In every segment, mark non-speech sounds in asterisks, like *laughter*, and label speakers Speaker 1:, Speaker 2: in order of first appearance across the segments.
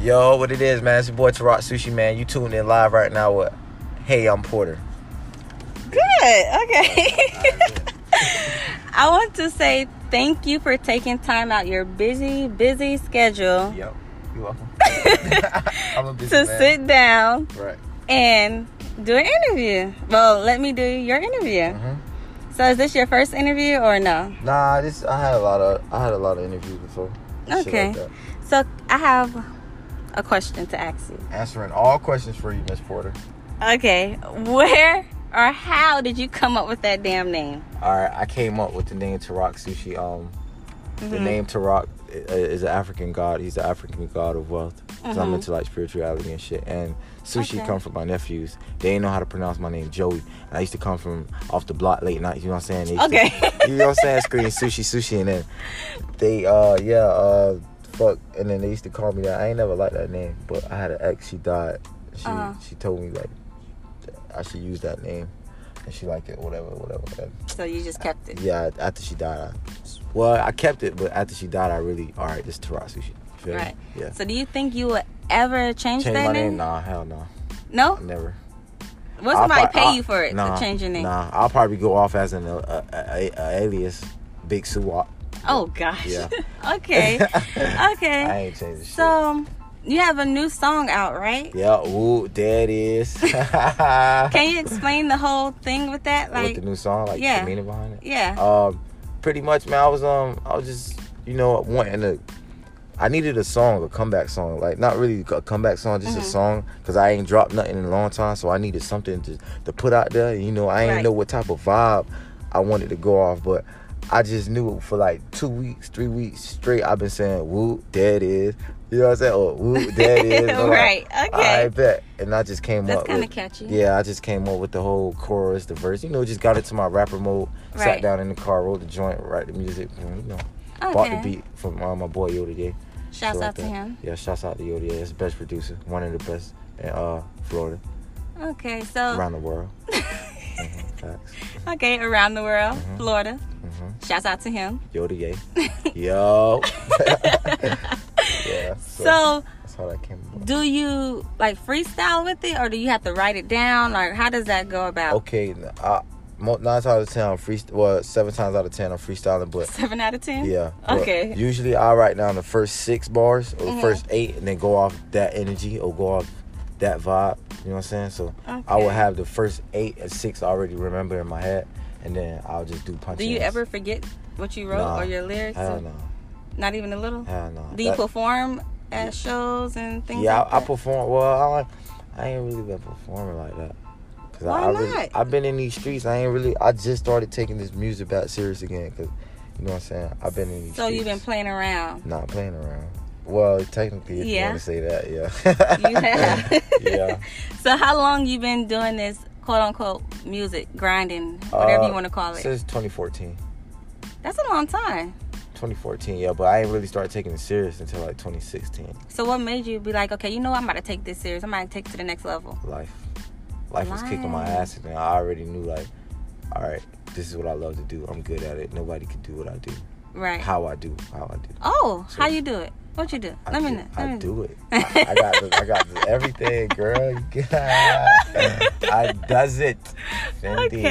Speaker 1: Yo, what it is, man? It's your boy Tarot Sushi, man. You tuned in live right now with Hey, I'm Porter.
Speaker 2: Good. Okay. *laughs* I want to say thank you for taking time out your busy, busy schedule
Speaker 1: Yo, you *laughs* welcome. I'm a busy
Speaker 2: to
Speaker 1: man.
Speaker 2: sit down
Speaker 1: Right.
Speaker 2: and do an interview. Well, let me do your interview.
Speaker 1: Mhm.
Speaker 2: So, is this your first interview or no?
Speaker 1: Nah, this I had a lot of I had a lot of interviews before. Shit like
Speaker 2: Okay.
Speaker 1: that.
Speaker 2: So, I have a question to ask you.
Speaker 1: Answering all questions for you, Miss Porter.
Speaker 2: Okay. Where or how did you come up with that damn name?
Speaker 1: All right, I came up with the name Tarok Sushi. Um, the
Speaker 2: Mm-hmm.
Speaker 1: name Tarok i- is an African god. He's the African god of wealth. because I'm into like spirituality and shit. And sushi
Speaker 2: Mm-hmm. Okay.
Speaker 1: come from my nephews. They ain't know how to pronounce my name Joey. And I used to come from off the block late night. You know what I'm saying? They used to-
Speaker 2: Okay.
Speaker 1: *laughs* you know what I'm saying? Screaming sushi, sushi, and then they uh yeah uh fuck. And then they used to call me that. I ain't never liked that name, but I had an ex. She died. She
Speaker 2: Uh-huh.
Speaker 1: she told me like I should use that name. And she liked it, whatever, whatever. And
Speaker 2: so, you just kept it.
Speaker 1: yeah, after she died, I, well, I kept it, but after she died, I really, all right, this Tarasu shit. You feel me?
Speaker 2: Right.
Speaker 1: Yeah.
Speaker 2: So, do you think you would ever
Speaker 1: Change
Speaker 2: change, that
Speaker 1: my name? Nah, hell no.
Speaker 2: No?
Speaker 1: Never.
Speaker 2: Will
Speaker 1: I'll
Speaker 2: somebody
Speaker 1: prob-
Speaker 2: pay
Speaker 1: I'll-
Speaker 2: you for it
Speaker 1: nah,
Speaker 2: to change your name?
Speaker 1: Nah, I'll probably go off as an uh, a, a, a alias, Big Suwap.
Speaker 2: Oh gosh.
Speaker 1: Yeah.
Speaker 2: *laughs* okay.
Speaker 1: *laughs* I
Speaker 2: Okay.
Speaker 1: ain't changing shit.
Speaker 2: So you have a new song out, right?
Speaker 1: Yeah, ooh, there it is. *laughs* Can
Speaker 2: Can you explain the whole thing with that?
Speaker 1: With
Speaker 2: Like,
Speaker 1: the new song, like
Speaker 2: Yeah.
Speaker 1: the meaning behind it?
Speaker 2: yeah.
Speaker 1: um, pretty much, man. I was um, I was just, you know, wanting to. I needed a song, a comeback song, like not really a comeback song, just
Speaker 2: Mm-hmm.
Speaker 1: a song, cause I ain't dropped nothing in a long time, so I needed something to to put out there. You know, I ain't
Speaker 2: Right.
Speaker 1: know what type of vibe I wanted to go off, but I just knew for like two weeks, three weeks straight, I've been saying, "Woo, there it is," you know what I'm saying? Or "Woo, there it
Speaker 2: *laughs*
Speaker 1: is." And I'm like,
Speaker 2: right.
Speaker 1: I
Speaker 2: Okay.
Speaker 1: bet. And I just came
Speaker 2: That's
Speaker 1: up.
Speaker 2: kinda
Speaker 1: with-
Speaker 2: catchy.
Speaker 1: Yeah, I just came up with the whole chorus, the verse. You know, just got into my rapper mode. Sat
Speaker 2: Right.
Speaker 1: down in the car, wrote the joint, write the music. You know, bought the
Speaker 2: okay.
Speaker 1: beat from uh, my boy Yo today.
Speaker 2: Shouts
Speaker 1: Shit like
Speaker 2: out to
Speaker 1: that.
Speaker 2: him.
Speaker 1: Yeah, shouts out to Yo today. That's the best producer, one of the best in uh, Florida,
Speaker 2: Okay. So *laughs*
Speaker 1: around the world. Mhm, Facts.
Speaker 2: okay, around the world,
Speaker 1: Mm-hmm.
Speaker 2: Florida.
Speaker 1: Mhm.
Speaker 2: Shouts out to him. *laughs*
Speaker 1: Yo today. Yo. *laughs*
Speaker 2: *laughs*
Speaker 1: yeah. *laughs* So,
Speaker 2: So,
Speaker 1: that's how that came about.
Speaker 2: do you like freestyle with it, or do you have to write it down, or how does that go about?
Speaker 1: Okay, I, mo- nine times out of ten, I'm freest. Well, seven times out of ten, I'm freestyling, but
Speaker 2: Seven out of ten.
Speaker 1: Yeah. but
Speaker 2: Okay.
Speaker 1: Usually I write down the first six bars or the
Speaker 2: Mhm.
Speaker 1: first eight and then go off that energy or go off that vibe. You know what I'm saying? So I will
Speaker 2: Okay.
Speaker 1: have the first eight and six already remember in my head and then I'll just do punches.
Speaker 2: Do you ever forget what you wrote
Speaker 1: Nah.
Speaker 2: or your lyrics?
Speaker 1: Hell
Speaker 2: or-
Speaker 1: no.
Speaker 2: Not even a little.
Speaker 1: Hell no.
Speaker 2: Do you
Speaker 1: That-
Speaker 2: perform at shows and things?
Speaker 1: Yeah,
Speaker 2: like
Speaker 1: I, I
Speaker 2: that?
Speaker 1: perform. Well, I, I ain't really been performing like that. Cause
Speaker 2: Why
Speaker 1: I, I really,
Speaker 2: not?
Speaker 1: I've been in these streets. I ain't really. I just started taking this music back serious again. Cause you know what I'm saying. I've been in these.
Speaker 2: So you've
Speaker 1: streets.
Speaker 2: been playing
Speaker 1: *laughs*
Speaker 2: around.
Speaker 1: Not playing around. Well, technically, if you
Speaker 2: Yeah.
Speaker 1: want to say that, yeah.
Speaker 2: You have.
Speaker 1: *laughs* yeah.
Speaker 2: So how long you been doing this quote unquote music grinding, *laughs* whatever
Speaker 1: Uh,
Speaker 2: you want to call it?
Speaker 1: Since 2014.
Speaker 2: That's a long time.
Speaker 1: 2014, yeah, but I ain't really started taking it serious until like 2016.
Speaker 2: So what made you be like, okay, you know, what, I'm about to take this serious. I'm about to take it to the next level.
Speaker 1: Life. Life was kicking my
Speaker 2: Life.
Speaker 1: ass, and I already knew, like, all right, this is what I love to do. I'm good at it. Nobody can do what I do.
Speaker 2: Right.
Speaker 1: How I do. How I do.
Speaker 2: oh,
Speaker 1: So-
Speaker 2: how you do it? What you do?
Speaker 1: I
Speaker 2: let me
Speaker 1: do,
Speaker 2: know.
Speaker 1: I
Speaker 2: Let me know.
Speaker 1: do it. I, I got the, I got the everything, girl. *laughs* I does it. Indeed.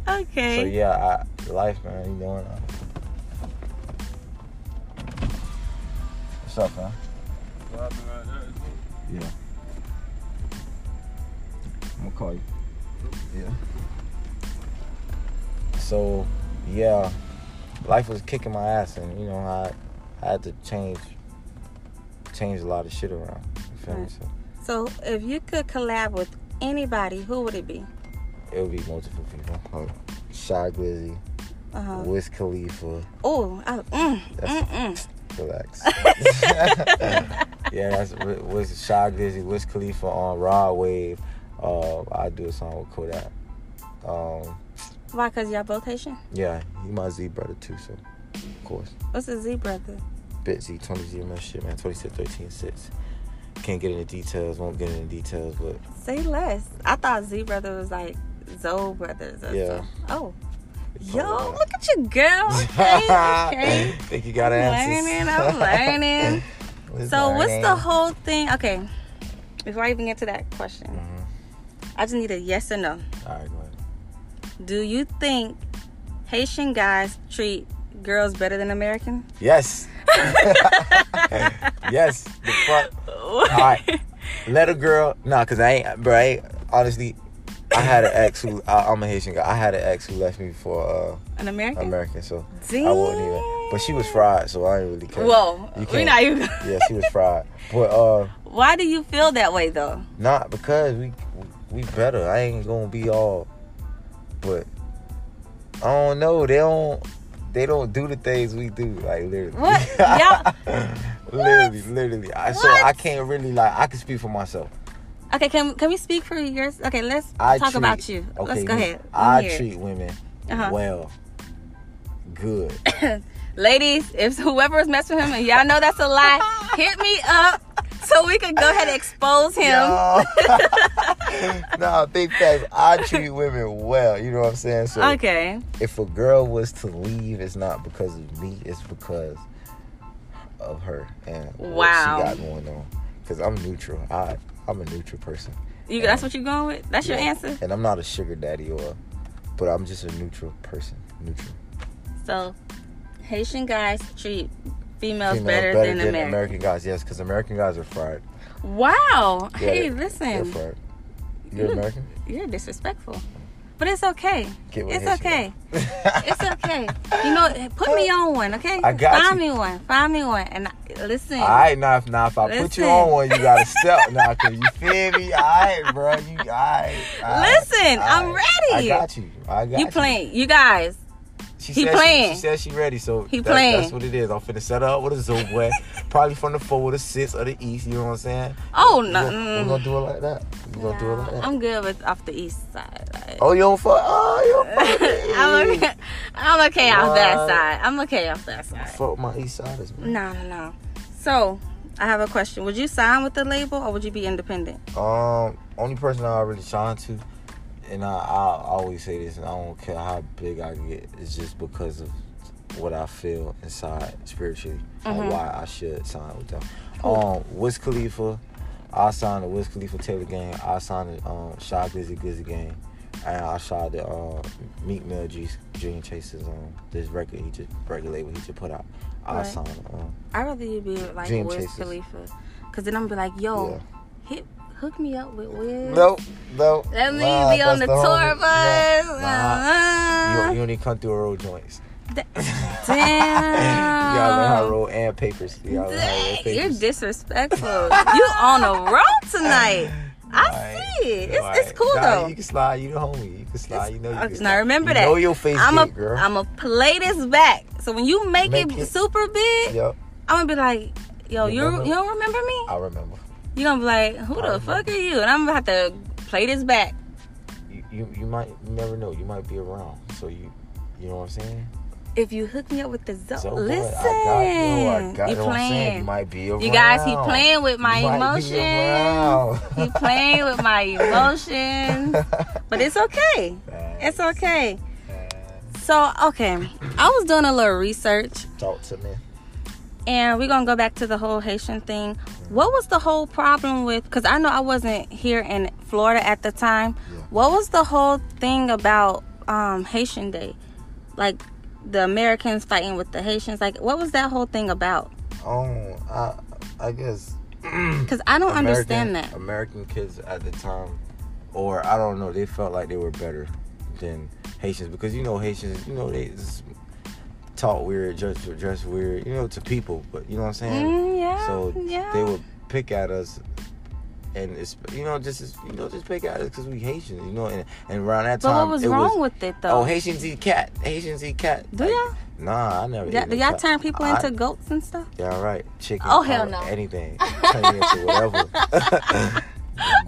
Speaker 2: *laughs* Okay.
Speaker 1: So
Speaker 2: Okay.
Speaker 1: yeah, I, life, man. You know. uh, What's up, man? Yeah. I'm gonna call you. Yeah. So, yeah, life was kicking my ass, and you know, I, I had to change, change a lot of shit around. You feel me?
Speaker 2: Right.
Speaker 1: So
Speaker 2: So if you could collab with anybody, who would it be?
Speaker 1: it would be multiple people. Like Shy Glizzy,
Speaker 2: Uh-huh.
Speaker 1: Wiz Khalifa.
Speaker 2: Oh, I, mm, mm, mm. *laughs*
Speaker 1: Relax. *laughs* yeah, that's was Shy Glizzy, Wiz Khalifa on Raw Wave. Uh, I do a song with Kodak. Um,
Speaker 2: Why? Cause y'all both Haitian.
Speaker 1: yeah, he my Z brother too, so of course.
Speaker 2: What's a Z brother?
Speaker 1: Bit Z, 20 Z, man, shit, man, 26, 13, 6. Can't get into details, won't get into details, but
Speaker 2: Say less. I thought Z brother was like Zoe brothers. Or
Speaker 1: Yeah.
Speaker 2: something. Oh.
Speaker 1: It's
Speaker 2: Yo,
Speaker 1: all right. *laughs*
Speaker 2: look at you, girl. Okay, okay.
Speaker 1: think you got
Speaker 2: I'm
Speaker 1: answers. *laughs*
Speaker 2: learning. I'm learning.
Speaker 1: It's
Speaker 2: So what's
Speaker 1: learning.
Speaker 2: the whole thing? Okay, before I even get to that question,
Speaker 1: Mm.
Speaker 2: I just need a yes or no.
Speaker 1: Mm-hmm. All right, go ahead.
Speaker 2: Do you think Haitian guys treat girls better than American? *laughs*
Speaker 1: Yes. *laughs* yes. The fuck.
Speaker 2: *laughs*
Speaker 1: All right. Let a girl. Nah, cause I ain't, bro. I ain't, honestly, I had an ex who I, I'm a Haitian guy. I had an ex who left me for
Speaker 2: An
Speaker 1: uh,
Speaker 2: American?
Speaker 1: American, so I wouldn't even. But she was fried, so I ain't really care.
Speaker 2: Whoa,
Speaker 1: You
Speaker 2: we
Speaker 1: can't-
Speaker 2: not even.
Speaker 1: Yeah,
Speaker 2: *laughs*
Speaker 1: she was fried. But uh,
Speaker 2: Why do you feel that way though?
Speaker 1: not because we we better. I ain't gonna be all. But I don't know. They don't. They don't do the things we do. Like literally.
Speaker 2: What? Y'all-
Speaker 1: *laughs* literally, literally. I, so
Speaker 2: What?
Speaker 1: I can't really like. I can speak for myself.
Speaker 2: Okay, can can we speak for yours? Okay, let's
Speaker 1: I
Speaker 2: talk
Speaker 1: treat-
Speaker 2: about you. let's go
Speaker 1: me-
Speaker 2: ahead. Let
Speaker 1: I
Speaker 2: me hear it.
Speaker 1: treat women
Speaker 2: Uh-huh.
Speaker 1: well, good.
Speaker 2: *coughs* Ladies, if whoever is messing with him and y'all know that's a lie, hit me up so we can go ahead and expose *laughs* him. *laughs*
Speaker 1: *laughs* Yo. no, big facts. I treat women well. You know what I'm saying? So
Speaker 2: Okay.
Speaker 1: if a girl was to leave, it's not because of me. It's because of her and
Speaker 2: Wow.
Speaker 1: what she got going on. Because I'm neutral. I I'm a neutral person,
Speaker 2: You that's what you're going with? That's your
Speaker 1: Yeah.
Speaker 2: answer?
Speaker 1: and I'm not a sugar daddy or. But I'm just a neutral person. Neutral.
Speaker 2: So Haitian guys treat females
Speaker 1: Female
Speaker 2: better, than, American.
Speaker 1: guys. Yes, because American guys are fried.
Speaker 2: Wow.
Speaker 1: Yeah,
Speaker 2: hey,
Speaker 1: they're- they're
Speaker 2: listen.
Speaker 1: fried. You're
Speaker 2: Mm.
Speaker 1: American.
Speaker 2: You're disrespectful. But it's okay.
Speaker 1: Get with
Speaker 2: It's
Speaker 1: Haitian.
Speaker 2: okay.
Speaker 1: *laughs*
Speaker 2: It's okay. You know, put me on one, okay?
Speaker 1: I got
Speaker 2: Find
Speaker 1: you.
Speaker 2: me one. Find me one. And I- listen.
Speaker 1: All right, now if, now if I put you
Speaker 2: Listen.
Speaker 1: on one, you gotta step now, cause you feel me? All right, bro, you all right. all right,
Speaker 2: Listen,
Speaker 1: all
Speaker 2: I'm
Speaker 1: right.
Speaker 2: ready.
Speaker 1: I got you. I got you.
Speaker 2: you playing. You guys.
Speaker 1: She
Speaker 2: He
Speaker 1: said she- She,
Speaker 2: playing.
Speaker 1: said she ready, so
Speaker 2: He
Speaker 1: that-
Speaker 2: playing.
Speaker 1: That's what it is. I'm finna set her up with a Zoom boy, probably from the four, the six, or the east. You know what I'm saying?
Speaker 2: Oh,
Speaker 1: We
Speaker 2: no,
Speaker 1: gonna-
Speaker 2: mm.
Speaker 1: We gonna do it like that. We gonna do it like that.
Speaker 2: I'm good with off the east side. like- *laughs*
Speaker 1: oh, you don't fuck. Oh, you don't fuck. with
Speaker 2: I'm,
Speaker 1: me.
Speaker 2: okay, I'm okay off that
Speaker 1: What?
Speaker 2: side. I'm okay off that side.
Speaker 1: Fuck my east siders, man.
Speaker 2: No, no, no. So, I have a question. Would you sign with the label or would you be independent?
Speaker 1: Um, only person I really shine to, and I, I always say this, and I don't care how big I get, it's just because of what I feel inside spiritually,
Speaker 2: Mm-hmm.
Speaker 1: and why I should sign with them. Um, Wiz Khalifa, I signed the Wiz Khalifa Taylor game. I signed the um, Shy Glizzy Glizzy game. And I shot the uh, Meek Mill G's Dream Chasers um, this record he just record label he just put out. I
Speaker 2: Right.
Speaker 1: signed um,
Speaker 2: I'd rather you be like
Speaker 1: Dream
Speaker 2: Wiz
Speaker 1: Chasers.
Speaker 2: Khalifa. Because then I'm going to be like, yo, hit, hook me up with Wiz.
Speaker 1: Nope, nope.
Speaker 2: Let me
Speaker 1: Nah,
Speaker 2: be on
Speaker 1: that's
Speaker 2: the
Speaker 1: whole- nah,
Speaker 2: tour bus.
Speaker 1: nah. You,
Speaker 2: Uh-uh.
Speaker 1: you only come through roll *laughs* joints.
Speaker 2: Da-
Speaker 1: you gotta learn how to
Speaker 2: Damn.
Speaker 1: roll and papers. You gotta learn how to roll
Speaker 2: Dang, You're
Speaker 1: papers.
Speaker 2: disrespectful. you on a roll
Speaker 1: *laughs*
Speaker 2: tonight. I
Speaker 1: Alright.
Speaker 2: see it. It's,
Speaker 1: Alright.
Speaker 2: it's cool
Speaker 1: Nah,
Speaker 2: though.
Speaker 1: You can slide. You the homie. You can slide. You know you
Speaker 2: Uh,
Speaker 1: can slide.
Speaker 2: now remember
Speaker 1: you
Speaker 2: that
Speaker 1: Know your face,
Speaker 2: I'm
Speaker 1: big,
Speaker 2: a
Speaker 1: girl.
Speaker 2: am a play this back. So when you make,
Speaker 1: Make
Speaker 2: it,
Speaker 1: it.
Speaker 2: super big,
Speaker 1: Yep,
Speaker 2: I'm gonna be like, yo,
Speaker 1: You
Speaker 2: you
Speaker 1: remember?
Speaker 2: you don't remember me?
Speaker 1: I remember.
Speaker 2: you gonna be like, who
Speaker 1: I
Speaker 2: the
Speaker 1: remember.
Speaker 2: fuck are you? And I'm gonna have to play this back.
Speaker 1: You, you you might you never know. You might be around. So you you know what I'm saying.
Speaker 2: If you hook me up with the zone,
Speaker 1: So
Speaker 2: listen,
Speaker 1: what? I got you. I got
Speaker 2: you
Speaker 1: know what I'm saying. You
Speaker 2: playing.
Speaker 1: might be around.
Speaker 2: You guys, he playing with my
Speaker 1: You might be
Speaker 2: emotions.
Speaker 1: around.
Speaker 2: He playing with
Speaker 1: *laughs*
Speaker 2: my emotions, but it's okay. It's okay. So okay, I was doing a little research
Speaker 1: Talk to me.
Speaker 2: And we're gonna go back to the whole Haitian thing. What was the whole problem with? Because I know I wasn't here in Florida at the time.
Speaker 1: Yeah.
Speaker 2: What was the whole thing about um, Haitian Day? Like the Americans fighting with the Haitians. Like what was that whole thing about?
Speaker 1: Oh, I I guess
Speaker 2: Because I don't understand
Speaker 1: American-
Speaker 2: that.
Speaker 1: American kids at the time, or I don't know, they felt like they were better than Haitians because you know Haitians, you know they just talk weird, dress dress weird, you know to people, but you know what I'm saying.
Speaker 2: Mm, yeah,
Speaker 1: so
Speaker 2: yeah.
Speaker 1: they would pick at us. And it's you know just as- you know just pick at us because we Haitians you know and, and around that
Speaker 2: But
Speaker 1: time
Speaker 2: what was
Speaker 1: it
Speaker 2: wrong
Speaker 1: was
Speaker 2: with it though?
Speaker 1: oh Haitians eat cat Haitians eat cat
Speaker 2: Do
Speaker 1: Like,
Speaker 2: y'all?
Speaker 1: nah I never
Speaker 2: Yeah,
Speaker 1: eat
Speaker 2: do
Speaker 1: no
Speaker 2: y'all
Speaker 1: cat.
Speaker 2: turn people
Speaker 1: I-
Speaker 2: into goats and stuff?
Speaker 1: yeah, right. Chicken.
Speaker 2: Oh, hell
Speaker 1: or
Speaker 2: no.
Speaker 1: Anything. Turn it into whatever.
Speaker 2: *laughs*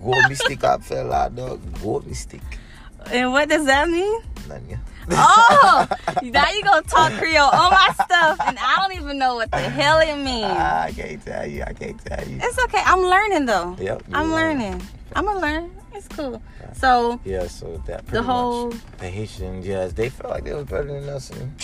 Speaker 1: Go me stick up, fella, dog. Go me stick.
Speaker 2: And what does
Speaker 1: *laughs*
Speaker 2: that mean?
Speaker 1: Nanya. *laughs*
Speaker 2: Oh, now you gonna talk Creole on my stuff, and I don't even know what the hell it means.
Speaker 1: Ah, I can't tell you. I can't tell you.
Speaker 2: It's okay. I'm learning though.
Speaker 1: Yep, you
Speaker 2: I'm
Speaker 1: are.
Speaker 2: learning. I'm gonna learn. It's cool. So
Speaker 1: Yeah, so that pretty
Speaker 2: the whole
Speaker 1: much. The Haitian, yes, they felt like they was better than us. And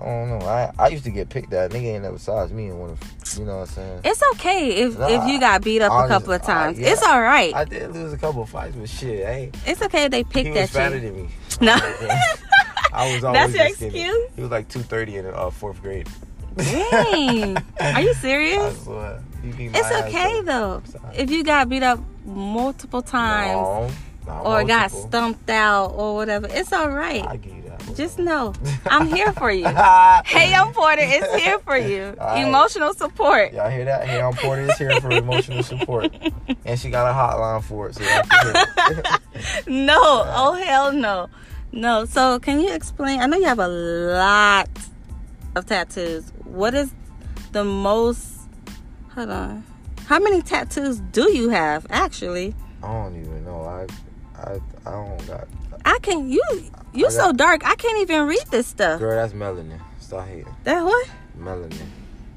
Speaker 1: I don't know. I I used to get picked at. Nigga ain't never sized me in one of. You know what I'm saying?
Speaker 2: It's okay if,
Speaker 1: Nah,
Speaker 2: if you got beat up
Speaker 1: honest-
Speaker 2: a couple of times.
Speaker 1: I- yeah.
Speaker 2: It's all right.
Speaker 1: I did lose a couple of fights, but shit, hey,
Speaker 2: it's okay if they
Speaker 1: he
Speaker 2: picked
Speaker 1: was
Speaker 2: at
Speaker 1: fatter
Speaker 2: you.
Speaker 1: than me. *laughs*
Speaker 2: No.
Speaker 1: I was always
Speaker 2: That's your
Speaker 1: just skinny.
Speaker 2: excuse?
Speaker 1: He was like two thirty in uh, fourth grade.
Speaker 2: Dang. Are you
Speaker 1: *laughs* I
Speaker 2: serious?
Speaker 1: swear. He beat my
Speaker 2: It's
Speaker 1: ass,
Speaker 2: okay
Speaker 1: though.
Speaker 2: though.
Speaker 1: Sorry.
Speaker 2: If you got beat up multiple times
Speaker 1: No, not
Speaker 2: or got
Speaker 1: multiple.
Speaker 2: stumped out or whatever, it's all right.
Speaker 1: I give you that. one. *laughs*
Speaker 2: Just know I'm here for you. Hey, I'm Porter is
Speaker 1: *laughs*
Speaker 2: here for you.
Speaker 1: All right.
Speaker 2: Emotional support.
Speaker 1: Y'all hear that? Hey, I'm Porter is here for emotional support, and she got a hotline for it. So y'all can hit it. *laughs*
Speaker 2: No, oh hell no. No. So can you explain? I know you have a lot of tattoos. What is the most hold on. How many tattoos do you have actually?
Speaker 1: I don't even know. I, I, I don't got.
Speaker 2: I can you you
Speaker 1: I
Speaker 2: so dark. I can't even read this stuff.
Speaker 1: Girl, that's melanin. Stop hating.
Speaker 2: That what?
Speaker 1: Melanin.
Speaker 2: *laughs*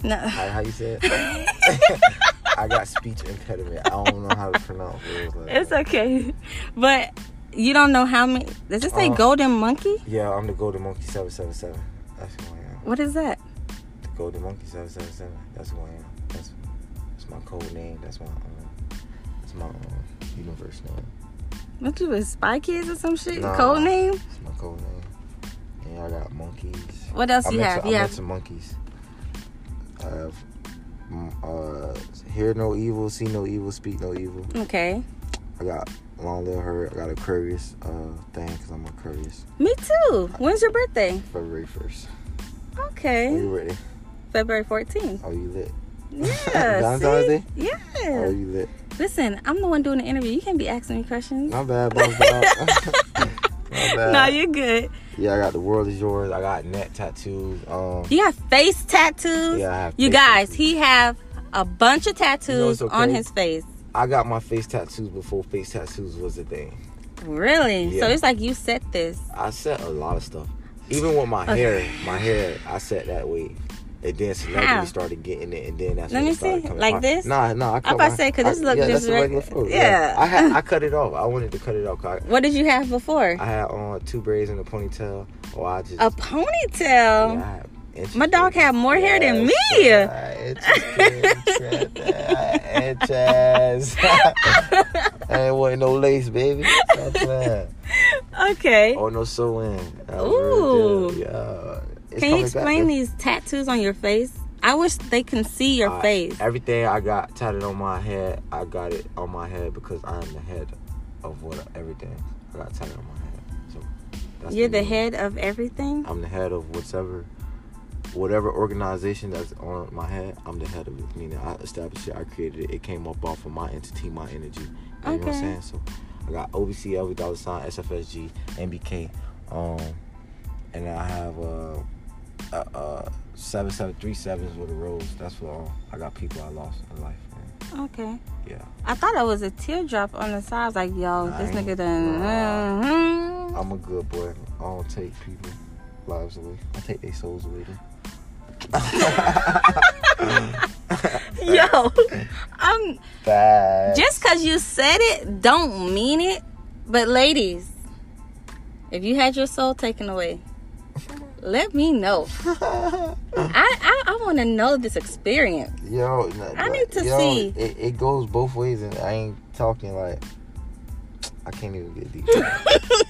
Speaker 2: No.
Speaker 1: How, how you say it? *laughs* I got speech impediment. I don't know how to pronounce words like
Speaker 2: It's
Speaker 1: that.
Speaker 2: okay. *laughs* But you don't know how many does it say
Speaker 1: Uh,
Speaker 2: golden monkey?
Speaker 1: Yeah, I'm the Golden Monkey 777. That's who I am.
Speaker 2: What is that?
Speaker 1: The Golden Monkey 777. That's who I am. That's, that's my code name. That's my um, that's my um, universe name.
Speaker 2: What you with Spy Kids or some shit?
Speaker 1: Nah.
Speaker 2: Code name?
Speaker 1: That's my code name. And I got monkeys.
Speaker 2: What else
Speaker 1: I'm
Speaker 2: you
Speaker 1: into-
Speaker 2: have?
Speaker 1: I'm
Speaker 2: You have
Speaker 1: into monkeys. I have mm, uh, hear no evil, see no evil, speak no evil.
Speaker 2: okay.
Speaker 1: I got long little herd. I got Aquarius uh, thing because I'm Aquarius.
Speaker 2: Me too. When's your birthday?
Speaker 1: February 1st. Are
Speaker 2: Okay.
Speaker 1: you ready? *laughs*
Speaker 2: February 14th.
Speaker 1: Are you lit?
Speaker 2: Yeah.
Speaker 1: Valentine's
Speaker 2: see?
Speaker 1: Day?
Speaker 2: Yeah.
Speaker 1: Are you lit?
Speaker 2: Listen, I'm the one doing the interview. You can't be asking me questions.
Speaker 1: My bad, *laughs* boss dog.
Speaker 2: *laughs*
Speaker 1: My bad.
Speaker 2: No, you're good.
Speaker 1: yeah, I got the world is yours. I got neck tattoos. Um,
Speaker 2: You have face tattoos.
Speaker 1: yeah, I have
Speaker 2: You
Speaker 1: face
Speaker 2: guys,
Speaker 1: tattoos.
Speaker 2: he have a bunch of tattoos
Speaker 1: what's so
Speaker 2: on
Speaker 1: crazy?
Speaker 2: his face.
Speaker 1: I got my face tattoos before face tattoos was a thing.
Speaker 2: Really? So
Speaker 1: Yeah.
Speaker 2: it's like you set this.
Speaker 1: I set a lot of stuff. Even with my
Speaker 2: Okay.
Speaker 1: hair, my hair, I set that way. And then celebrities
Speaker 2: How?
Speaker 1: started getting it, and then that's
Speaker 2: Let
Speaker 1: when
Speaker 2: me
Speaker 1: it started
Speaker 2: see.
Speaker 1: coming
Speaker 2: Like
Speaker 1: apart.
Speaker 2: this?
Speaker 1: Nah, nah. I cut
Speaker 2: about to
Speaker 1: my-
Speaker 2: say, 'cause
Speaker 1: I-
Speaker 2: this look
Speaker 1: yeah,
Speaker 2: just
Speaker 1: that's a
Speaker 2: reg-
Speaker 1: regular fro.
Speaker 2: yeah.
Speaker 1: I had
Speaker 2: *laughs*
Speaker 1: I cut it off. I wanted to cut it off. 'cause
Speaker 2: What did you have before?
Speaker 1: I, I had on two braids and a ponytail, or I just
Speaker 2: A ponytail.
Speaker 1: Yeah, I had inches
Speaker 2: My dog
Speaker 1: there.
Speaker 2: had more hair than me.
Speaker 1: Yes, I had inches there, inches. *laughs* I ain't want no lace, baby. Stop playing.
Speaker 2: Okay.
Speaker 1: Oh no, so in. That was real
Speaker 2: Ooh.
Speaker 1: deal. Yeah. It's
Speaker 2: Can you
Speaker 1: coming back.
Speaker 2: explain these tattoos on your face? I wish they can see your
Speaker 1: I-
Speaker 2: face.
Speaker 1: Everything I got tatted on my head, I got it on my head because I'm the head of what everything. I got tatted on my head. So that's
Speaker 2: You're the
Speaker 1: meaning.
Speaker 2: head of everything.
Speaker 1: I'm the head of whatever, whatever organization that's on my head. I'm the head of it. Meaning I established it, I created it. It came up off of my entity, my energy. You know what
Speaker 2: Okay.
Speaker 1: I'm saying? So I got OBC, every dollar sign, SFSG, MBK, um, and I have uh, uh, uh, seven seven three sevens with a rose. That's what um, I got. People I lost in life. Man.
Speaker 2: Okay.
Speaker 1: Yeah,
Speaker 2: I thought it was a teardrop on the side. I was like, yo, this
Speaker 1: Nice.
Speaker 2: nigga done.
Speaker 1: Wow.
Speaker 2: Mhm. *laughs*
Speaker 1: I'm a good boy. I don't take people lives away. I take their souls away. Them.
Speaker 2: *laughs* Yo,
Speaker 1: *laughs*
Speaker 2: I'm
Speaker 1: Facts.
Speaker 2: just cause you said it, don't mean it. But ladies, if you had your soul taken away, let me know. I I, I want to know this experience.
Speaker 1: *laughs* Yo, n-
Speaker 2: I
Speaker 1: like,
Speaker 2: need to
Speaker 1: yo,
Speaker 2: see.
Speaker 1: It, it goes both ways, and I ain't talking like I can't even get deep.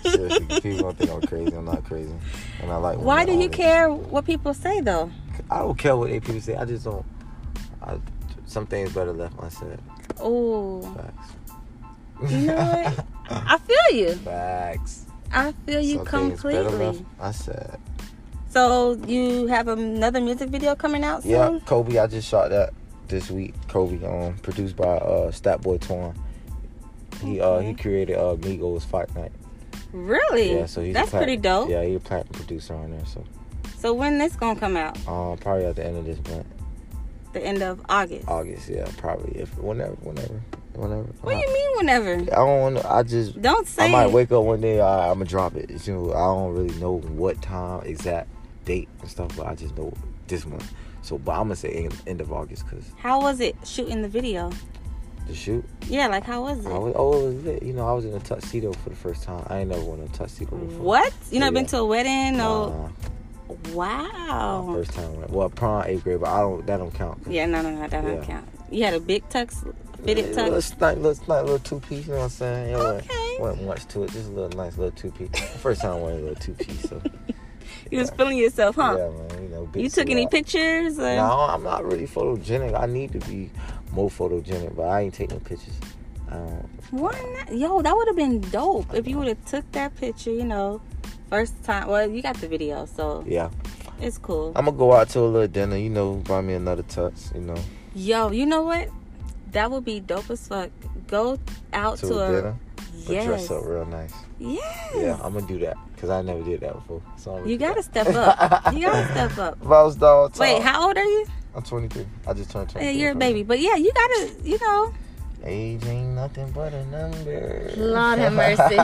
Speaker 1: Seriously,
Speaker 2: *laughs*
Speaker 1: people don't think I'm crazy. I'm not crazy, and I like. when
Speaker 2: Why
Speaker 1: they're
Speaker 2: do you
Speaker 1: honest.
Speaker 2: care what people say though?
Speaker 1: I don't care what they people say. I just don't. I, some things better left unsaid.
Speaker 2: Oh,
Speaker 1: Facts.
Speaker 2: you know
Speaker 1: *laughs*
Speaker 2: what? I feel you.
Speaker 1: Facts.
Speaker 2: I feel
Speaker 1: Some
Speaker 2: you
Speaker 1: things better
Speaker 2: completely.
Speaker 1: left unsaid.
Speaker 2: So you have another music video coming out soon?
Speaker 1: Yeah, Kobe. I just shot that this week. Kobe, um, produced by uh Stat Boy Twan. He uh
Speaker 2: Okay.
Speaker 1: he created uh Migos Fight Night.
Speaker 2: Really?
Speaker 1: Yeah, so he's a
Speaker 2: That's
Speaker 1: plat-
Speaker 2: pretty dope.
Speaker 1: Yeah, he's a platinum producer on there. So
Speaker 2: So when this gonna come out?
Speaker 1: um, probably at the end of this month,
Speaker 2: The end of August.
Speaker 1: August. Yeah, probably if whenever, whenever, whenever. Uh-huh.
Speaker 2: what do you mean whenever?
Speaker 1: I don't. wanna- I just.
Speaker 2: Don't say
Speaker 1: I might
Speaker 2: it.
Speaker 1: wake up one day. I, I'm gonna drop it. You know, I don't really know what time, exact date and stuff, but I just know this month. So, but I'm gonna say end, end of August because
Speaker 2: How was it shooting the video?
Speaker 1: the shoot.
Speaker 2: Yeah, like how was it?
Speaker 1: I was, oh, it was lit. You know, I was in a tuxedo for the first time. I ain't never worn a tuxedo before.
Speaker 2: what? You never
Speaker 1: Yeah.
Speaker 2: been to a wedding? No.
Speaker 1: Nah. My
Speaker 2: Wow.
Speaker 1: First time, right? Well, prom eighth grade, but I don't. That don't count.
Speaker 2: Yeah, no, no, no, that don't
Speaker 1: Yeah.
Speaker 2: count. You had a big tux,
Speaker 1: Yeah,
Speaker 2: fitted
Speaker 1: Little
Speaker 2: tux.
Speaker 1: slight, little slight, little two piece. You know what I'm saying? Yeah,
Speaker 2: Okay.
Speaker 1: Wasn't, wasn't much to it. Just a little nice little two piece. First time wearing a little two piece. So
Speaker 2: You was feeling yourself, *laughs* huh?
Speaker 1: yeah, man. You know. big
Speaker 2: You took
Speaker 1: suit
Speaker 2: any
Speaker 1: on.
Speaker 2: pictures? Or?
Speaker 1: No, I'm not really photogenic. I need to be more photogenic, but I ain't taking pictures. Um, I don't.
Speaker 2: Why not? Yo, that would have been dope if you would have took that picture. You know, first time. Well, you got the video, so
Speaker 1: Yeah,
Speaker 2: it's cool.
Speaker 1: I'm gonna go out to a little dinner. You know, buy me another tux. You know,
Speaker 2: Yo, you know what? That would be dope as fuck. Go out
Speaker 1: to
Speaker 2: Oh, to,
Speaker 1: a
Speaker 2: a
Speaker 1: dinner, but
Speaker 2: yes,
Speaker 1: dress up real nice.
Speaker 2: yes.
Speaker 1: Yeah, I'm gonna do that because I never did that before. So I'm
Speaker 2: You gotta step up. you
Speaker 1: *laughs*
Speaker 2: gotta step up.
Speaker 1: Vows dog.
Speaker 2: Wait, how old are you?
Speaker 1: I'm 23. I just turned
Speaker 2: Yeah,
Speaker 1: 23.
Speaker 2: you're a baby, but yeah, you gotta, you know.
Speaker 1: Age ain't nothing but a number. *laughs*
Speaker 2: Lord have mercy.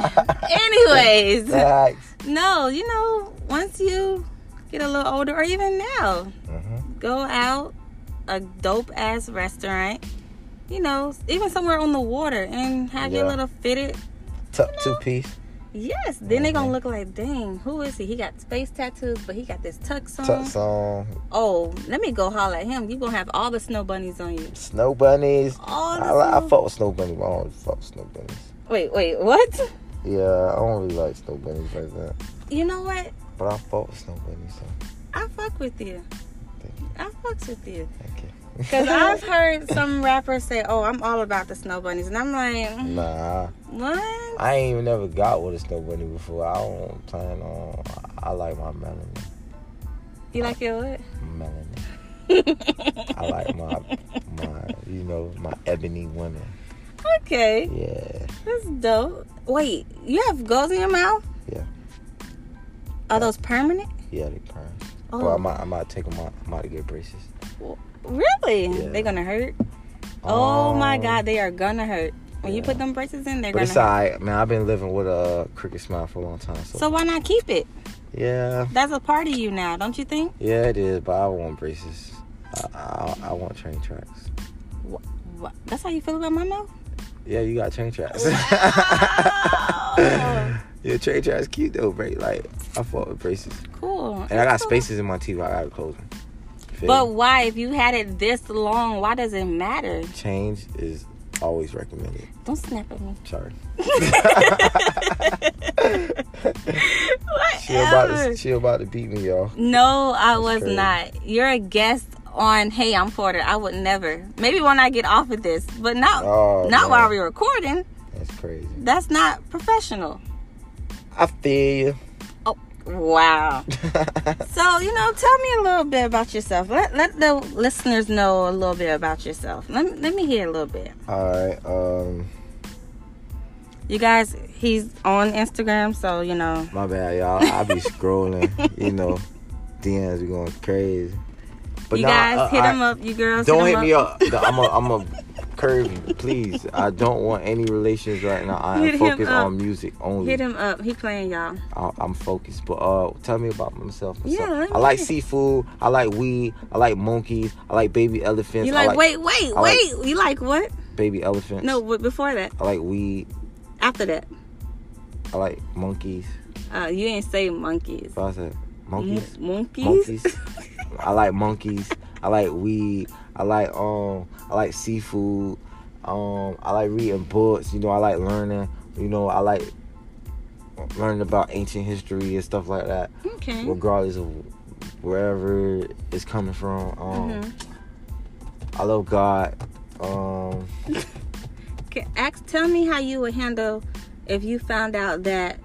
Speaker 2: Anyways,
Speaker 1: Facts.
Speaker 2: no, you know, once you get a little older, or even now,
Speaker 1: Mhm.
Speaker 2: go out a dope ass restaurant, you know, even somewhere on the water, and have your
Speaker 1: Yeah.
Speaker 2: little fitted.
Speaker 1: Tuck two piece.
Speaker 2: Yes, then they gonna
Speaker 1: Mhm.
Speaker 2: look like, dang, who is he? He got space tattoos, but he got this tux on.
Speaker 1: Tucks on.
Speaker 2: Oh, let me go holler at him. You gonna have all the snow bunnies on you.
Speaker 1: Snow bunnies.
Speaker 2: All the
Speaker 1: I, li- I
Speaker 2: snow-
Speaker 1: fuck with snow bunnies, but I don't fuck with snow bunnies.
Speaker 2: Wait, wait, what?
Speaker 1: Yeah, I don't really like snow bunnies like that.
Speaker 2: You know what?
Speaker 1: But I fuck with snow bunnies, so
Speaker 2: I fuck with you.
Speaker 1: Thank you.
Speaker 2: I fucks with you.
Speaker 1: thank you.
Speaker 2: *laughs* Cause
Speaker 1: *laughs*
Speaker 2: I've heard some rappers say, "Oh, I'm all about the snow bunnies," and I'm like,
Speaker 1: Nah,
Speaker 2: "What?"
Speaker 1: I ain't even never got with a snow bunny before. I don't plan on. I like my melanin.
Speaker 2: You like your what?
Speaker 1: Melanin. I like my my you know my ebony women.
Speaker 2: Okay,
Speaker 1: Yeah.
Speaker 2: that's dope. Wait, you have gauze in your mouth?
Speaker 1: Yeah.
Speaker 2: Are those permanent?
Speaker 1: Yeah, they prime.
Speaker 2: Oh,
Speaker 1: But I might, I might take them out. I might get braces.
Speaker 2: really?
Speaker 1: Yeah.
Speaker 2: They gonna hurt? Oh my
Speaker 1: Um,
Speaker 2: God, they are gonna hurt. When you
Speaker 1: yeah.
Speaker 2: put them braces in, they're
Speaker 1: But
Speaker 2: gonna
Speaker 1: it's
Speaker 2: hurt.
Speaker 1: alright, man. I've been living with a crooked smile for a long time. So,
Speaker 2: So why not keep it?
Speaker 1: yeah,
Speaker 2: That's a part of you now, don't you think?
Speaker 1: yeah, it is. But I want braces. I, I, I want train tracks.
Speaker 2: Wha- That's how you feel about my mouth?
Speaker 1: Yeah, you got train tracks.
Speaker 2: Wow.
Speaker 1: *laughs* yeah, train tracks cute though, bro. Like I fought with braces,
Speaker 2: Cool.
Speaker 1: and I got
Speaker 2: It's cool.
Speaker 1: spaces in my teeth. I got to close them. Feel
Speaker 2: But
Speaker 1: me?
Speaker 2: why, if you had it this long, why does it matter?
Speaker 1: change is always recommended.
Speaker 2: Don't snap
Speaker 1: *laughs*
Speaker 2: at me. *laughs*
Speaker 1: Sorry. She about
Speaker 2: Whatever.
Speaker 1: to, she about to beat me, y'all.
Speaker 2: No, I
Speaker 1: That's
Speaker 2: was
Speaker 1: crazy.
Speaker 2: not. You're a guest on Hey, I'm Porter. I would never. Maybe when I get off of this, but not
Speaker 1: Oh,
Speaker 2: not
Speaker 1: man.
Speaker 2: while we're recording.
Speaker 1: That's crazy.
Speaker 2: That's not professional.
Speaker 1: I feel
Speaker 2: Oh, wow.
Speaker 1: you. *laughs*
Speaker 2: So you know, tell me a little bit about yourself. Let let the listeners know a little bit about yourself. Let me, let me hear a little bit.
Speaker 1: Alright, um,
Speaker 2: You guys, he's on Instagram, so you know.
Speaker 1: my bad, y'all. I be scrolling, you
Speaker 2: *laughs*
Speaker 1: know, DMs be going crazy.
Speaker 2: you
Speaker 1: nah,
Speaker 2: guys
Speaker 1: uh,
Speaker 2: hit
Speaker 1: I-
Speaker 2: him up. You girls
Speaker 1: Don't
Speaker 2: hit
Speaker 1: hit
Speaker 2: him
Speaker 1: me *laughs* up. No, I'm a, I'm a curve you, please. I don't want any relations right now. I
Speaker 2: Hit
Speaker 1: am
Speaker 2: him
Speaker 1: focused
Speaker 2: up.
Speaker 1: on music only.
Speaker 2: *coughs* Hit him up. He playing y'all.
Speaker 1: I, I'm focused. But uh, tell me about myself. and
Speaker 2: Yeah,
Speaker 1: stuff.
Speaker 2: let me
Speaker 1: I like
Speaker 2: hear.
Speaker 1: seafood. I like weed. I like monkeys. I like baby elephants.
Speaker 2: You
Speaker 1: I
Speaker 2: like, wait, wait,
Speaker 1: I like-
Speaker 2: wait. you like what?
Speaker 1: baby elephants.
Speaker 2: No, but before that,
Speaker 1: I like weed.
Speaker 2: after that,
Speaker 1: I like monkeys.
Speaker 2: uh, you ain't say monkeys.
Speaker 1: What I said? Monkeys.
Speaker 2: Mon- monkeys.
Speaker 1: Monkeys. I like monkeys. I like weed. I like um. I like seafood. Um. I like reading books. You know. I like learning. You know. I like learning about ancient history and stuff like that.
Speaker 2: *laughs* okay.
Speaker 1: Regardless of wherever it's coming from. Um.
Speaker 2: Mm-hmm.
Speaker 1: I love God. Um.
Speaker 2: okay. Ask, tell me how you would handle if you found out that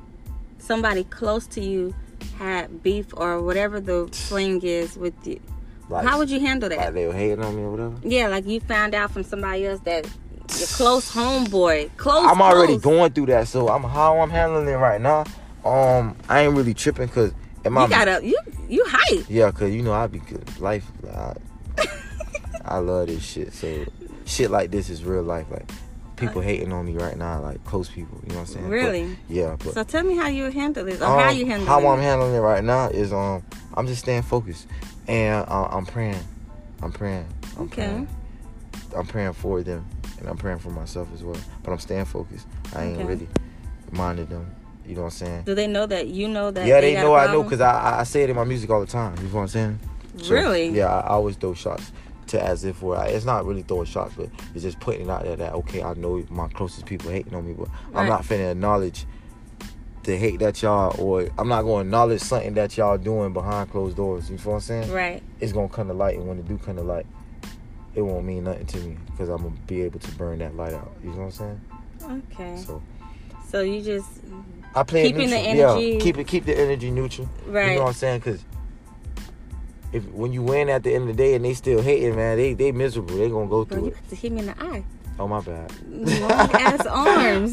Speaker 2: somebody close to you had beef or whatever
Speaker 1: *sighs*
Speaker 2: the fling is with you.
Speaker 1: Like,
Speaker 2: how would you handle that?
Speaker 1: like they were hating on me or whatever.
Speaker 2: yeah, like you found out from somebody else that your close
Speaker 1: *sighs*
Speaker 2: homeboy, close.
Speaker 1: I'm already
Speaker 2: close.
Speaker 1: going through that, so I'm how I'm handling it right now. Um, I ain't really tripping because in my
Speaker 2: You gotta, you you
Speaker 1: *laughs*
Speaker 2: hype. *laughs*
Speaker 1: Yeah, cause you know I be good. Life, uh, I, I love this shit. So shit like this is real life. Like people hating on me right now, like close people. You know what I'm saying? But-
Speaker 2: Really?
Speaker 1: yeah, but
Speaker 2: So tell me how you handle this, or
Speaker 1: um,
Speaker 2: how you handle
Speaker 1: how
Speaker 2: it.
Speaker 1: I'm handling it right now is um I'm just staying focused and uh, I'm praying. I'm praying. I'm
Speaker 2: Okay.
Speaker 1: Praying. I'm praying for them and I'm praying for myself as well. But I'm staying focused. I ain't
Speaker 2: Okay.
Speaker 1: really minded them. You know what I'm saying?
Speaker 2: Do they know that you know that?
Speaker 1: yeah, they,
Speaker 2: got a
Speaker 1: know I know
Speaker 2: problem?
Speaker 1: because I, I I say it in my music all the time. You know what I'm saying? So,
Speaker 2: really?
Speaker 1: Yeah, I, I always throw shots to as if we're. It's not really throwing shots, but it's just putting it out there that okay, I know my closest people hating on me, but
Speaker 2: Right.
Speaker 1: I'm not finna acknowledge the hate that y'all or I'm not gonna acknowledge something that y'all doing behind closed doors. You know what I'm saying?
Speaker 2: Right.
Speaker 1: It's gonna come to light, and when it do come to light, it won't mean nothing to me because I'm gonna be able to burn that light out. You know what I'm saying?
Speaker 2: Okay. So,
Speaker 1: So
Speaker 2: you just
Speaker 1: I play it
Speaker 2: Keeping the
Speaker 1: neutral.
Speaker 2: energy-
Speaker 1: Yeah, keep it, keep the energy neutral.
Speaker 2: right.
Speaker 1: You know what I'm saying? Because if when you win at the end of the day and they still hating, man, they they miserable. They gonna go
Speaker 2: Bro,
Speaker 1: through
Speaker 2: you
Speaker 1: it.
Speaker 2: about to hit me in the eye.
Speaker 1: Oh my bad.
Speaker 2: Long ass arms.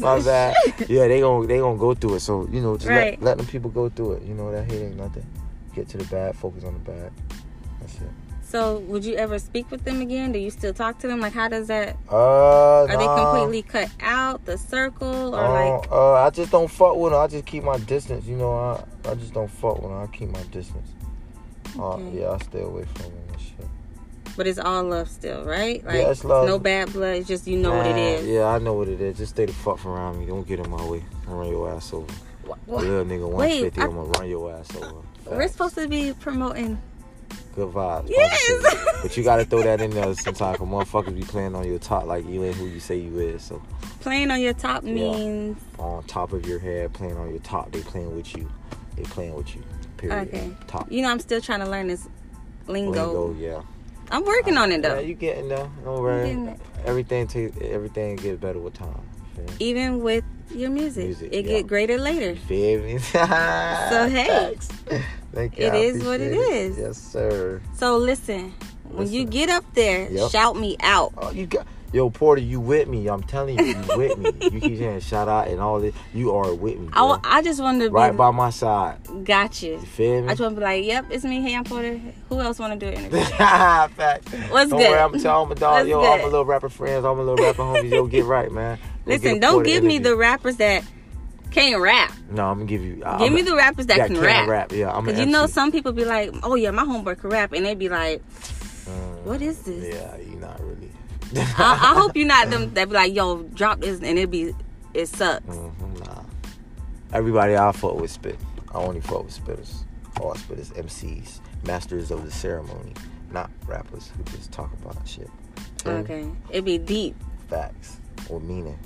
Speaker 1: *laughs* My bad.
Speaker 2: Shit.
Speaker 1: Yeah, they gonna they gonna go through it. So you know, just
Speaker 2: Right.
Speaker 1: let, let them people go through it. You know that hate ain't nothing. Get to the bad. Focus on the bad. That's it.
Speaker 2: *laughs* So would you ever speak with them again? Do you still talk to them? Like how does that?
Speaker 1: Uh, Are
Speaker 2: Are they completely cut out the circle or like?
Speaker 1: uh, I just don't fuck with 'em. I just keep my distance. You know, I I just don't fuck with 'em. I keep my distance. Uh,
Speaker 2: Okay.
Speaker 1: yeah, I stay away from 'em and shit.
Speaker 2: But it's all love still, right? Like
Speaker 1: it's love.
Speaker 2: no bad blood. It's just you know what it
Speaker 1: Man,
Speaker 2: is.
Speaker 1: Yeah, I know what it is. Just stay the fuck from around me. Don't get in my way. I run your ass over.
Speaker 2: Wha-
Speaker 1: A
Speaker 2: wha-
Speaker 1: little nigga
Speaker 2: Wait,
Speaker 1: 150,
Speaker 2: I-
Speaker 1: I... am gonna run your ass over.
Speaker 2: We're supposed to be promoting.
Speaker 1: Good vibes.
Speaker 2: Yes. *laughs*
Speaker 1: positive. Oh, But you gotta throw that in there sometimes. 'cause motherfuckers be playing on your top like you ain't who you say you is. So
Speaker 2: Playing on your top means
Speaker 1: on top of your head, playing on your top, they playing with you. They playing with you. Period.
Speaker 2: Okay.
Speaker 1: Top.
Speaker 2: you know I'm still trying to learn this lingo.
Speaker 1: Lingo, yeah.
Speaker 2: I'm working on it though.
Speaker 1: Yeah, you getting there. Don't
Speaker 2: getting
Speaker 1: worry.
Speaker 2: it.
Speaker 1: Everything takes everything gets better with time. You feel me?
Speaker 2: Even with your music,
Speaker 1: Music,
Speaker 2: it
Speaker 1: yeah.
Speaker 2: get greater *laughs* later.
Speaker 1: You feel me? *laughs* so
Speaker 2: hey,
Speaker 1: Thank you.
Speaker 2: it
Speaker 1: I
Speaker 2: is what it
Speaker 1: appreciate
Speaker 2: is.
Speaker 1: Yes, sir.
Speaker 2: So listen, when you
Speaker 1: Listen.
Speaker 2: get up there,
Speaker 1: Yep.
Speaker 2: shout me out.
Speaker 1: Oh, you got yo Porter. You with me? I'm telling you, you with me. You
Speaker 2: *laughs*
Speaker 1: keep saying shout out and all this. You are with me.
Speaker 2: I,
Speaker 1: bro.
Speaker 2: wa- I just wanted to be
Speaker 1: right by my side.
Speaker 2: got you.
Speaker 1: You feel
Speaker 2: I
Speaker 1: me? *laughs*
Speaker 2: just want to be like, yep, it's me, hey, I'm Porter. Who else want to do an interview?
Speaker 1: Fact.
Speaker 2: What's
Speaker 1: don't
Speaker 2: good?
Speaker 1: Worry, I'm telling my dog,
Speaker 2: What's
Speaker 1: yo, all
Speaker 2: good?
Speaker 1: my little rapper friends, all my little rapper homies, yo, get right, man. Go *laughs* get
Speaker 2: Listen,
Speaker 1: a
Speaker 2: don't
Speaker 1: Porter
Speaker 2: give me the
Speaker 1: interview.
Speaker 2: rappers that can't rap.
Speaker 1: No, I'm gonna give you. I'm,
Speaker 2: give me the rappers that
Speaker 1: yeah,
Speaker 2: can rap.
Speaker 1: Yeah, I'm.
Speaker 2: Cause you know some people be like, oh yeah, my homeboy can rap, and they be like, what is this?
Speaker 1: mm, Yeah, you not really. *laughs*
Speaker 2: I, I hope you're not them that be like, yo, drop this, and it be, it sucks.
Speaker 1: Mhm, nah. Everybody I fuck with spit. I only fuck with spitters. All spitters, MCs, masters of the ceremony, not rappers who just talk about shit. Feel me?
Speaker 2: Okay, it be deep.
Speaker 1: Facts or meaning.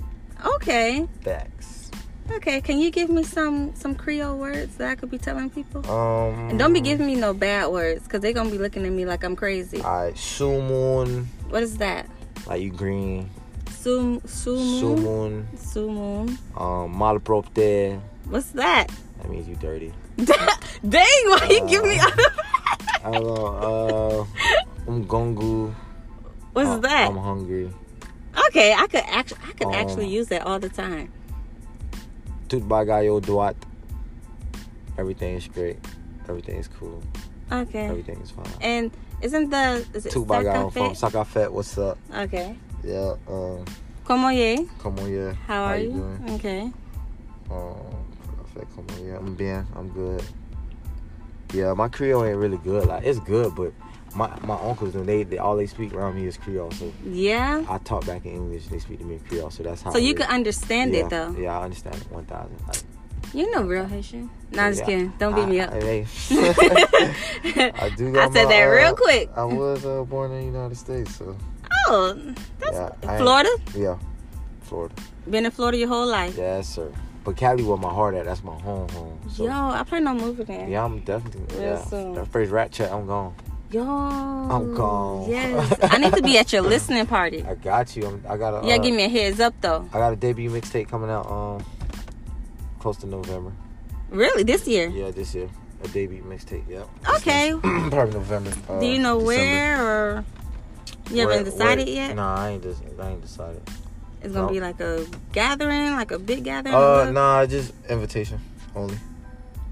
Speaker 2: Okay,
Speaker 1: Facts.
Speaker 2: okay. Can you give me some some Creole words that I could be telling people?
Speaker 1: Um.
Speaker 2: And don't be giving me no bad words, cause they gonna be looking at me like I'm crazy.
Speaker 1: I sumun
Speaker 2: What is that?
Speaker 1: like you green.
Speaker 2: Sum sumun
Speaker 1: Sumun.
Speaker 2: sumun.
Speaker 1: Um. Malpropte.
Speaker 2: What's that? *laughs*
Speaker 1: That means you dirty.
Speaker 2: Dang, why you give me?
Speaker 1: I don't know. Uh. Umgongu.
Speaker 2: *laughs* What's
Speaker 1: I'm-
Speaker 2: that?
Speaker 1: I'm hungry.
Speaker 2: Okay, I could actually I could
Speaker 1: Um,
Speaker 2: actually use that all the time.
Speaker 1: Tutbagayo Duat. Everything is great. Everything is cool.
Speaker 2: Okay.
Speaker 1: Everything is fine.
Speaker 2: And isn't the is it
Speaker 1: Tutbagayo from
Speaker 2: Sakafe?
Speaker 1: Sakafet. What's up?
Speaker 2: Okay.
Speaker 1: Yeah. Um.
Speaker 2: Como ye?
Speaker 1: Come on, yeah.
Speaker 2: How are you?
Speaker 1: doing?
Speaker 2: Okay.
Speaker 1: Um. Sakafet, Come on, yeah. I'm bien. I'm good. Yeah, my Creole ain't really good. Like it's good, but my my uncles and they, they all they speak around me is Creole. So
Speaker 2: Yeah.
Speaker 1: I talk back in English. They speak to me in Creole. So that's how.
Speaker 2: So
Speaker 1: it
Speaker 2: you
Speaker 1: is.
Speaker 2: could understand
Speaker 1: yeah,
Speaker 2: it though.
Speaker 1: Yeah, I understand. it, One thousand. Like,
Speaker 2: You know real Haitian. No, I'm just
Speaker 1: yeah,
Speaker 2: kidding. Don't
Speaker 1: I-
Speaker 2: beat me up. *laughs*
Speaker 1: I, mean, *laughs* I do.
Speaker 2: I
Speaker 1: got
Speaker 2: said
Speaker 1: my,
Speaker 2: that
Speaker 1: uh,
Speaker 2: real quick.
Speaker 1: I was uh, born in the United States, so
Speaker 2: Oh, that's
Speaker 1: yeah, I ain't-
Speaker 2: Florida.
Speaker 1: Yeah, Florida.
Speaker 2: Been in Florida your whole life.
Speaker 1: Yes, sir. But Cali, where my heart at, that's my home, home. So
Speaker 2: Yo, I plan on moving there.
Speaker 1: yeah, I'm definitely.
Speaker 2: Real
Speaker 1: yeah,
Speaker 2: soon.
Speaker 1: that first rat chat, I'm gone.
Speaker 2: Yo.
Speaker 1: I'm gone. Uh,
Speaker 2: Yes. I need to be at your
Speaker 1: *laughs*
Speaker 2: listening party.
Speaker 1: I got you. I'm, I got a.
Speaker 2: Yeah,
Speaker 1: uh,
Speaker 2: give me a heads up though.
Speaker 1: I got a debut mixtape coming out um close to November.
Speaker 2: Really, this year.
Speaker 1: Yeah, this year. A debut mixtape. Yeah.
Speaker 2: Okay.
Speaker 1: *clears throat* Probably November. uh,
Speaker 2: Do you know
Speaker 1: December.
Speaker 2: where or you
Speaker 1: Where-
Speaker 2: haven't decided
Speaker 1: where-
Speaker 2: yet?
Speaker 1: Nah, I ain't just. I ain't decided.
Speaker 2: It's gonna
Speaker 1: no.
Speaker 2: be like a gathering, like a big gathering.
Speaker 1: Uh,
Speaker 2: Look-
Speaker 1: nah, just invitation only.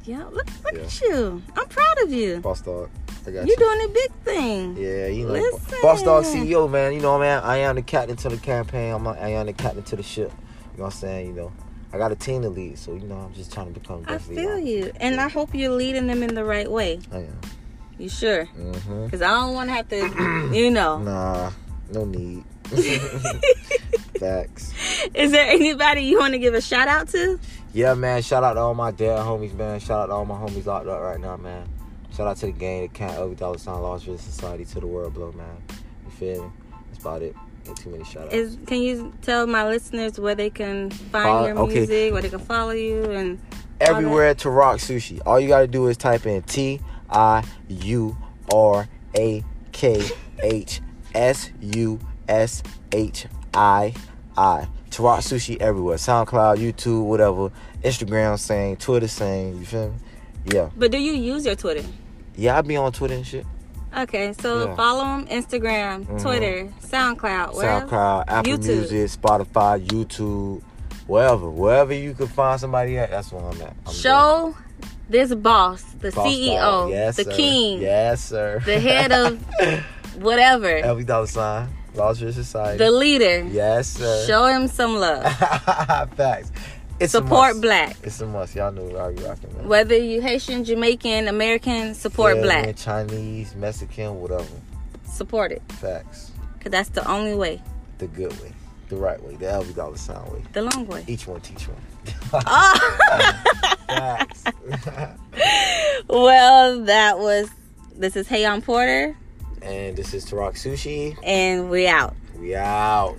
Speaker 2: Yeah, look, look
Speaker 1: Yeah.
Speaker 2: at you. I'm proud of Mm. you.
Speaker 1: Boss dog. I got
Speaker 2: You're doing a big thing.
Speaker 1: Yeah, you know,
Speaker 2: Listen.
Speaker 1: Boss Dog CEO, man. You know, man, I am the captain to the campaign. I'm, I am the captain to the ship. You know what I'm saying? You know, I got a team to lead, so you know, I'm just trying to become. the
Speaker 2: I
Speaker 1: best leader
Speaker 2: feel
Speaker 1: can.
Speaker 2: you, and I hope you're leading them in the right way.
Speaker 1: I am.
Speaker 2: You sure?
Speaker 1: Mm-hmm.
Speaker 2: Because I don't want
Speaker 1: *clears throat*
Speaker 2: to
Speaker 1: *laughs*
Speaker 2: Oh. have to, you know.
Speaker 1: Nah, no need. *laughs* Facts.
Speaker 2: *laughs* Is there anybody you want to give a shout out to?
Speaker 1: Yeah, man. Shout out to all my dad homies, man. Shout out to all my homies locked up right now, man. Shout out to the gang, the cat, every dollar sign, Las Vegas Society, to the world, blow, man. You feel me? That's about it. Ain't too many shout outs.
Speaker 2: Is can you tell my listeners where they can find
Speaker 1: Follow-
Speaker 2: your
Speaker 1: okay.
Speaker 2: music, where they can follow you, and
Speaker 1: everywhere to rock sushi. All you gotta do is type in T I U R A K H S U S H I I. To rock sushi everywhere. SoundCloud, YouTube, whatever. Instagram saying, Twitter saying, you feel me? Yeah.
Speaker 2: but do you use your Twitter?
Speaker 1: Yeah, I be on Twitter and shit.
Speaker 2: Okay, so
Speaker 1: Yeah.
Speaker 2: follow them Instagram,
Speaker 1: Mhm.
Speaker 2: Twitter, SoundCloud, where else?
Speaker 1: SoundCloud, Apple
Speaker 2: YouTube.
Speaker 1: Music, Spotify, YouTube, wherever. Wherever you can find somebody at, that's where I'm at. I'm
Speaker 2: Show this boss,
Speaker 1: there.
Speaker 2: the
Speaker 1: Boss
Speaker 2: CEO,
Speaker 1: dog. Yes,
Speaker 2: the
Speaker 1: sir.
Speaker 2: king,
Speaker 1: Yes, sir.
Speaker 2: the head of
Speaker 1: *laughs*
Speaker 2: whatever,
Speaker 1: Every dollar sign. Lost Rich Society.
Speaker 2: the leader.
Speaker 1: yes, sir.
Speaker 2: Show him some love.
Speaker 1: *laughs* Facts. It's a
Speaker 2: Support
Speaker 1: must.
Speaker 2: black.
Speaker 1: It's a must. Y'all know where I be rocking. Man.
Speaker 2: Whether you Haitian, Jamaican, American, support
Speaker 1: Yeah,
Speaker 2: black.
Speaker 1: man, Chinese, Mexican, whatever.
Speaker 2: Support it.
Speaker 1: Facts.
Speaker 2: Because that's the only way.
Speaker 1: The good way. The right way. The every dollar sign way.
Speaker 2: The
Speaker 1: *laughs*
Speaker 2: long way.
Speaker 1: Each one teach one.
Speaker 2: Oh!
Speaker 1: *laughs* Facts. *laughs*
Speaker 2: *laughs* well, that was. This is Hey on Porter,
Speaker 1: and this is Tarak Sushi.
Speaker 2: and we out.
Speaker 1: We out.